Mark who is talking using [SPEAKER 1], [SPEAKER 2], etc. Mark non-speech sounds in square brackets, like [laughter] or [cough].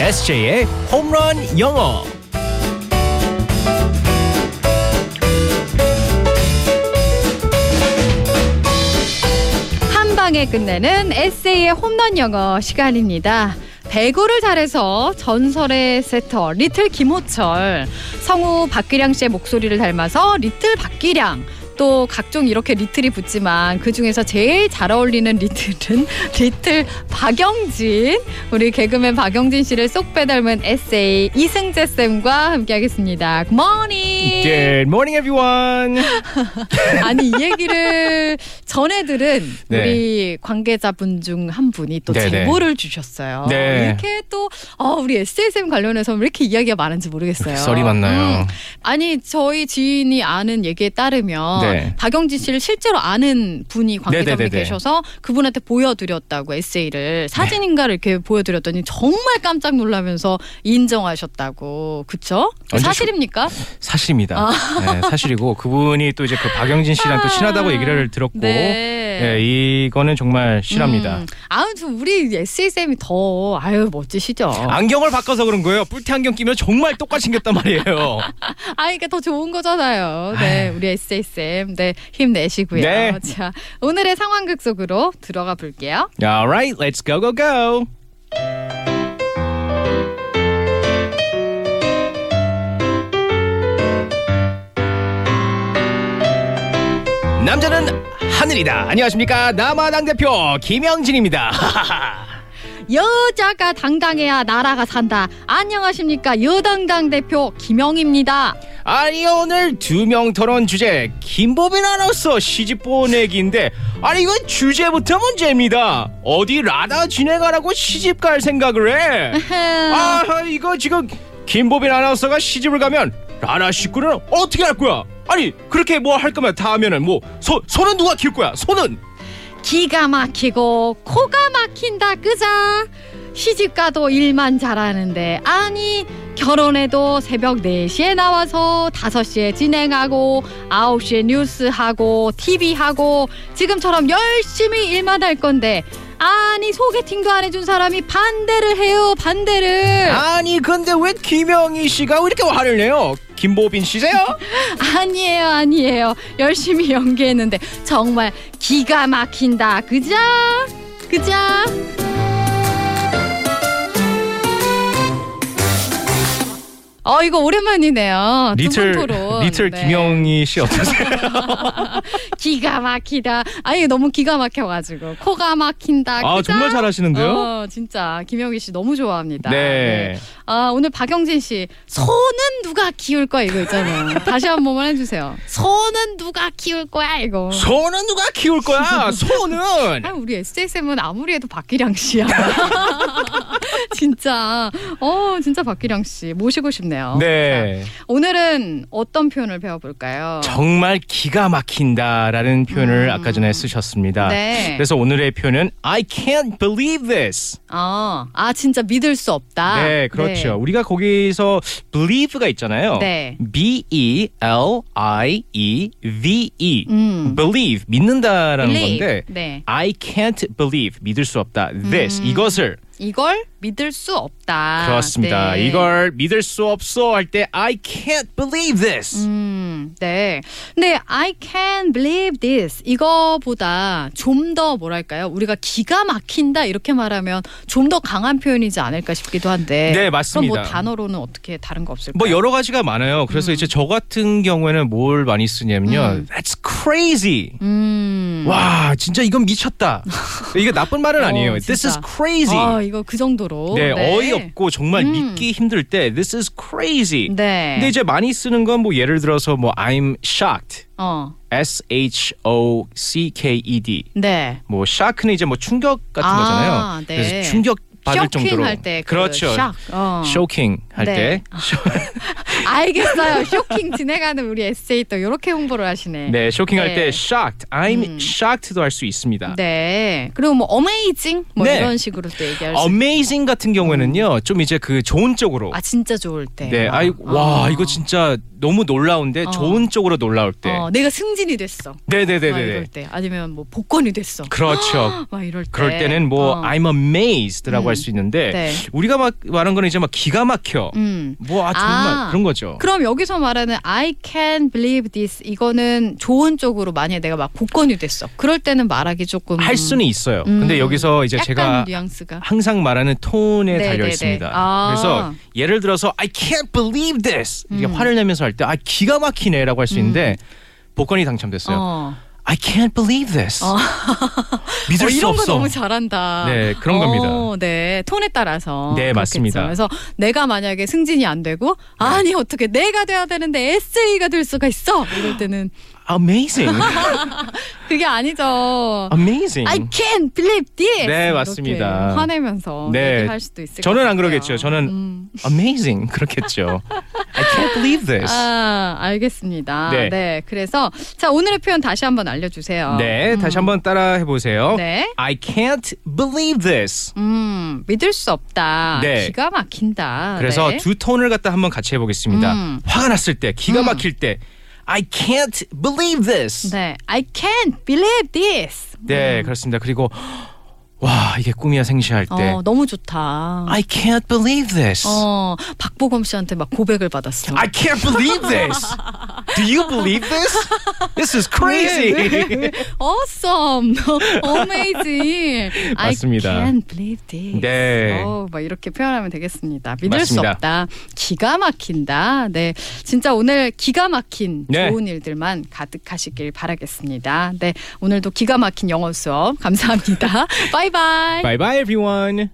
[SPEAKER 1] SJ의 홈런 영어.
[SPEAKER 2] 한 방에 끝내는 에세이의 홈런 영어 시간입니다. 배구를 잘해서 전설의 세터 리틀 김호철, 성우 박기량 씨의 목소리를 닮아서 리틀 박기량. 또 각종 이렇게 리틀이 붙지만 그 중에서 제일 잘 어울리는 리틀은 [laughs] 리틀 박영진 우리 개그맨 박영진 씨를 쏙 빼닮은 에세이 이승재 쌤과 함께하겠습니다. 굿모닝.
[SPEAKER 1] Good morning, everyone.
[SPEAKER 2] 아니 이 얘기를 전에 들은
[SPEAKER 1] 네.
[SPEAKER 2] 우리 관계자분 중 한 분이 또
[SPEAKER 1] 네네.
[SPEAKER 2] 제보를 주셨어요.
[SPEAKER 1] 네.
[SPEAKER 2] 이렇게 또 어, 우리 SSM 관련해서 왜 이렇게 이야기가 많은지 모르겠어요.
[SPEAKER 1] 썰이 많나요?
[SPEAKER 2] 음. 아니 저희 지인이 아는 얘기에 따르면
[SPEAKER 1] 네.
[SPEAKER 2] 박영진 씨를 실제로 아는 분이 관계자분이
[SPEAKER 1] 네네네네.
[SPEAKER 2] 계셔서 그분한테 보여드렸다고 에세이를 사진인가를 이렇게 보여드렸더니 정말 깜짝 놀라면서 인정하셨다고 그쵸?
[SPEAKER 1] 언제
[SPEAKER 2] 사실입니까?
[SPEAKER 1] 사실입니다.
[SPEAKER 2] 아.
[SPEAKER 1] 네, 사실이고 그분이 또 이제 그 박영진 씨랑 또 친하다고 얘기를 들었고,
[SPEAKER 2] 네.
[SPEAKER 1] 예, 이거는 정말 실합니다.
[SPEAKER 2] 음. 아무튼 우리 SSM이 더 아유 멋지시죠.
[SPEAKER 1] 안경을 바꿔서 그런 거예요. 뿔테 안경 끼면 정말 똑같이 생겼단 말이에요.
[SPEAKER 2] [laughs] 아 이게 더 좋은 거잖아요. 네, 우리 SSM 네 힘내시고요.
[SPEAKER 1] 네.
[SPEAKER 2] 자 오늘의 상황극 속으로 들어가 볼게요.
[SPEAKER 1] Alright, let's go go go. 남자는 하늘이다. 안녕하십니까? 남아당 대표 김영진입니다. [laughs]
[SPEAKER 2] 여자가 당당해야 나라가 산다. 안녕하십니까 여당당 대표 김영입니다.
[SPEAKER 1] 아니 오늘 두 명 토론 주제 김보빈 아나운서 시집 보내기인데 아니 이건 주제부터 문제입니다 어디 라다 진행하라고 시집 갈 생각을 해? 아 이거 지금 김보빈 아나운서가 시집을 가면 라라 식구는 어떻게 할 거야? 아니 그렇게 뭐 할 거면 다 하면은 뭐 소, 손은 누가 길 거야 손은
[SPEAKER 2] 기가 막히고 코가 막힌다 그자 시집가도 일만 잘하는데 아니 결혼해도 새벽 4시에 나와서 5시에 진행하고 9시에 뉴스하고 TV하고 지금처럼 열심히 일만 할 건데 아니 소개팅도 안 해준 사람이 반대를 해요 반대를
[SPEAKER 1] 아니 근데 왜 김영희 씨가 왜 이렇게 화를 내요? 김보빈 씨세요?
[SPEAKER 2] 아니에요 아니에요 열심히 연기했는데 정말 기가 막힌다 그자 그자 어 이거 오랜만이네요 아, 두분 토론. 네.
[SPEAKER 1] 김영희
[SPEAKER 2] [laughs]
[SPEAKER 1] 씨 어떠세요?
[SPEAKER 2] 기가 막히다 아 이게 너무 기가 막혀가지고 코가 막힌다 아, 그자
[SPEAKER 1] 아, 잘하시는데요?
[SPEAKER 2] 어, 진짜 김영희 씨 너무 좋아합니다
[SPEAKER 1] 네.
[SPEAKER 2] 아 오늘 박영진 씨 손은 누가 키울 거야 이거 있잖아요. 다시 한 번만 해주세요. 손은 누가 키울 거야 이거.
[SPEAKER 1] 소는 누가 키울 거야? 소는
[SPEAKER 2] [laughs] 아 우리 SSM은 아무리 해도 박기량 씨야. [laughs] 진짜 어 진짜 박기량 씨 모시고 싶네요.
[SPEAKER 1] 네
[SPEAKER 2] 자, 오늘은 어떤 표현을 배워볼까요?
[SPEAKER 1] 정말 기가 막힌다라는 표현을
[SPEAKER 2] 어. 음.
[SPEAKER 1] 아까 전에 쓰셨습니다.
[SPEAKER 2] 네.
[SPEAKER 1] 그래서 오늘의 표현은 I can't believe this.
[SPEAKER 2] 아, 아 진짜 믿을 수 없다.
[SPEAKER 1] 네, 그렇죠. 우리가 어. 거기서 believe가 있잖아요.
[SPEAKER 2] 네.
[SPEAKER 1] B E L I E V E.
[SPEAKER 2] 음.
[SPEAKER 1] believe 믿는다라는
[SPEAKER 2] Believe.
[SPEAKER 1] 건데
[SPEAKER 2] 네. 음.
[SPEAKER 1] I can't believe 믿을 수 없다. This 이것을
[SPEAKER 2] 이걸 믿을 수 없다.
[SPEAKER 1] 그렇습니다.
[SPEAKER 2] 네.
[SPEAKER 1] 이걸 믿을 수 없어 할 때 I can't believe this.
[SPEAKER 2] 음, 네. 근데 I can believe this 이거보다 좀 더 뭐랄까요? 우리가 기가 막힌다 이렇게 말하면 좀 더 강한 표현이지 않을까 싶기도 한데.
[SPEAKER 1] 네, 맞습니다.
[SPEAKER 2] 그럼 뭐 단어로는 어떻게 다른 거 없을까요?
[SPEAKER 1] 뭐 여러 가지가 많아요. 그래서
[SPEAKER 2] 음.
[SPEAKER 1] 이제 저 같은 경우에는 뭘 많이 쓰냐면요. That's crazy.
[SPEAKER 2] 음.
[SPEAKER 1] 와, 진짜 이건 미쳤다. 이게 나쁜 말은
[SPEAKER 2] [laughs] 어,
[SPEAKER 1] 아니에요. This is
[SPEAKER 2] 진짜.
[SPEAKER 1] crazy.
[SPEAKER 2] 아, 이거 그 정도로.
[SPEAKER 1] 네, 어이없고 정말
[SPEAKER 2] 음.
[SPEAKER 1] 믿기 힘들 때 This is crazy.
[SPEAKER 2] 네.
[SPEAKER 1] 근데 이제 많이 쓰는 건 뭐 예를 들어서 뭐 I'm shocked.
[SPEAKER 2] 어.
[SPEAKER 1] S H O C K E D.
[SPEAKER 2] 네.
[SPEAKER 1] 뭐 shock는 이제 뭐 충격 같은
[SPEAKER 2] 아,
[SPEAKER 1] 거잖아요.
[SPEAKER 2] 네.
[SPEAKER 1] 그래서 충격 받을 정도로.
[SPEAKER 2] 쇼킹할 때 그 아,
[SPEAKER 1] 그렇죠.
[SPEAKER 2] 샥. 어.
[SPEAKER 1] 쇼킹. 할 때
[SPEAKER 2] 알겠어요. 쇼킹 [laughs] 진행하는 우리 에세이 또 이렇게 홍보를 하시네.
[SPEAKER 1] 네, 쇼킹할
[SPEAKER 2] 네.
[SPEAKER 1] 때 shocked, I'm
[SPEAKER 2] 음.
[SPEAKER 1] shocked도 할 수 있습니다.
[SPEAKER 2] 네. 그리고 뭐 어메이징 뭐
[SPEAKER 1] 네.
[SPEAKER 2] 이런 식으로 또 얘기할 수.
[SPEAKER 1] amazing 같은 경우에는요, 좀 이제 그 좋은 쪽으로.
[SPEAKER 2] 음. 아 진짜 좋을 때.
[SPEAKER 1] 네,
[SPEAKER 2] 어.
[SPEAKER 1] 아이 와
[SPEAKER 2] 어.
[SPEAKER 1] 이거 진짜 너무 놀라운데
[SPEAKER 2] 어.
[SPEAKER 1] 좋은 쪽으로 놀라울 때.
[SPEAKER 2] 어, 내가 승진이 됐어.
[SPEAKER 1] 네, 네, 네,
[SPEAKER 2] 막
[SPEAKER 1] 네,
[SPEAKER 2] 이럴
[SPEAKER 1] 네.
[SPEAKER 2] 때 아니면 뭐 복권이 됐어.
[SPEAKER 1] 그렇죠.
[SPEAKER 2] [gasps] 막 이럴 때.
[SPEAKER 1] 그럴 때는 뭐
[SPEAKER 2] 어.
[SPEAKER 1] I'm amazed라고
[SPEAKER 2] 음.
[SPEAKER 1] 할 수 있는데
[SPEAKER 2] 네.
[SPEAKER 1] 우리가 막 말한 거는 이제 막 기가 막혀.
[SPEAKER 2] 음.
[SPEAKER 1] 뭐 아 정말
[SPEAKER 2] 아.
[SPEAKER 1] 그런 거죠.
[SPEAKER 2] 그럼 여기서 말하는 I can believe this 이거는 좋은 쪽으로 만약에 내가 막 복권이 됐어. 그럴 때는 말하기 조금
[SPEAKER 1] 할 수는 있어요.
[SPEAKER 2] 음.
[SPEAKER 1] 근데 여기서 이제
[SPEAKER 2] 약간
[SPEAKER 1] 제가
[SPEAKER 2] 뉘앙스가
[SPEAKER 1] 항상 말하는 톤에
[SPEAKER 2] 네, 네,
[SPEAKER 1] 달려
[SPEAKER 2] 네.
[SPEAKER 1] 있습니다.
[SPEAKER 2] 아.
[SPEAKER 1] 그래서 예를 들어서 I can't believe this 이렇게
[SPEAKER 2] 음.
[SPEAKER 1] 화를 내면서 할 때 아 기가 막히네라고 할 수 있는데 복권이 당첨됐어요.
[SPEAKER 2] 어.
[SPEAKER 1] I can't believe this
[SPEAKER 2] 어.
[SPEAKER 1] 믿을
[SPEAKER 2] 어,
[SPEAKER 1] 수
[SPEAKER 2] 이런 거
[SPEAKER 1] 없어.
[SPEAKER 2] 너무 잘한다.
[SPEAKER 1] 네 그런 겁니다.
[SPEAKER 2] 어, 네 톤에 따라서.
[SPEAKER 1] 네,
[SPEAKER 2] 그렇겠죠.
[SPEAKER 1] 맞습니다. 네.
[SPEAKER 2] 그래서 내가 만약에 승진이 안 되고 아니 어떻게 내가 돼야 되는데 에세이가 될 수가 있어 이럴 때는 [laughs]
[SPEAKER 1] Amazing,
[SPEAKER 2] 그게 아니죠.
[SPEAKER 1] amazing.
[SPEAKER 2] I can't believe this.
[SPEAKER 1] 네,
[SPEAKER 2] 이렇게
[SPEAKER 1] 맞습니다.
[SPEAKER 2] 화내면서
[SPEAKER 1] 네.
[SPEAKER 2] 얘기할 수도 있을
[SPEAKER 1] 저는
[SPEAKER 2] 것
[SPEAKER 1] 안
[SPEAKER 2] 같아요.
[SPEAKER 1] 그러겠죠. 저는
[SPEAKER 2] 음.
[SPEAKER 1] amazing 그렇겠죠. I can't believe this.
[SPEAKER 2] 아 알겠습니다.
[SPEAKER 1] 네.
[SPEAKER 2] 네. 그래서 자 오늘의 표현 다시 한번 알려주세요.
[SPEAKER 1] 네 다시 한번 따라 해보세요.
[SPEAKER 2] 아, 음. 네.
[SPEAKER 1] I can't believe this.
[SPEAKER 2] 음 믿을 수 없다.
[SPEAKER 1] 네.
[SPEAKER 2] 기가 막힌다.
[SPEAKER 1] 그래서
[SPEAKER 2] 네.
[SPEAKER 1] 두 톤을 갖다 한번 같이 해보겠습니다.
[SPEAKER 2] 음.
[SPEAKER 1] 화가 났을 때, 기가
[SPEAKER 2] 음.
[SPEAKER 1] 막힐 때, I can't believe this. 네,
[SPEAKER 2] 네, 음. I can't believe this.
[SPEAKER 1] 그렇습니다. 그리고 와 이게 꿈이야 생시할 때,
[SPEAKER 2] 어, 너무 좋다.
[SPEAKER 1] 네. I can't believe this.
[SPEAKER 2] 어, 박보검 씨한테 막 고백을 받았어.
[SPEAKER 1] I can't believe this. Do you believe this? This is crazy.
[SPEAKER 2] 네. awesome, amazing.
[SPEAKER 1] 맞습니다.
[SPEAKER 2] I can't believe this.
[SPEAKER 1] 네.
[SPEAKER 2] 어, 막 이렇게 표현하면 되겠습니다. 믿을 수
[SPEAKER 1] 맞습니다.
[SPEAKER 2] 없다. 기가 막힌다. 네, 진짜 오늘 기가 막힌
[SPEAKER 1] 네.
[SPEAKER 2] 좋은 일들만 가득하시길 바라겠습니다. [laughs] 네, 오늘도 기가 막힌 영어 수업 감사합니다. 바이바이.
[SPEAKER 1] bye bye everyone.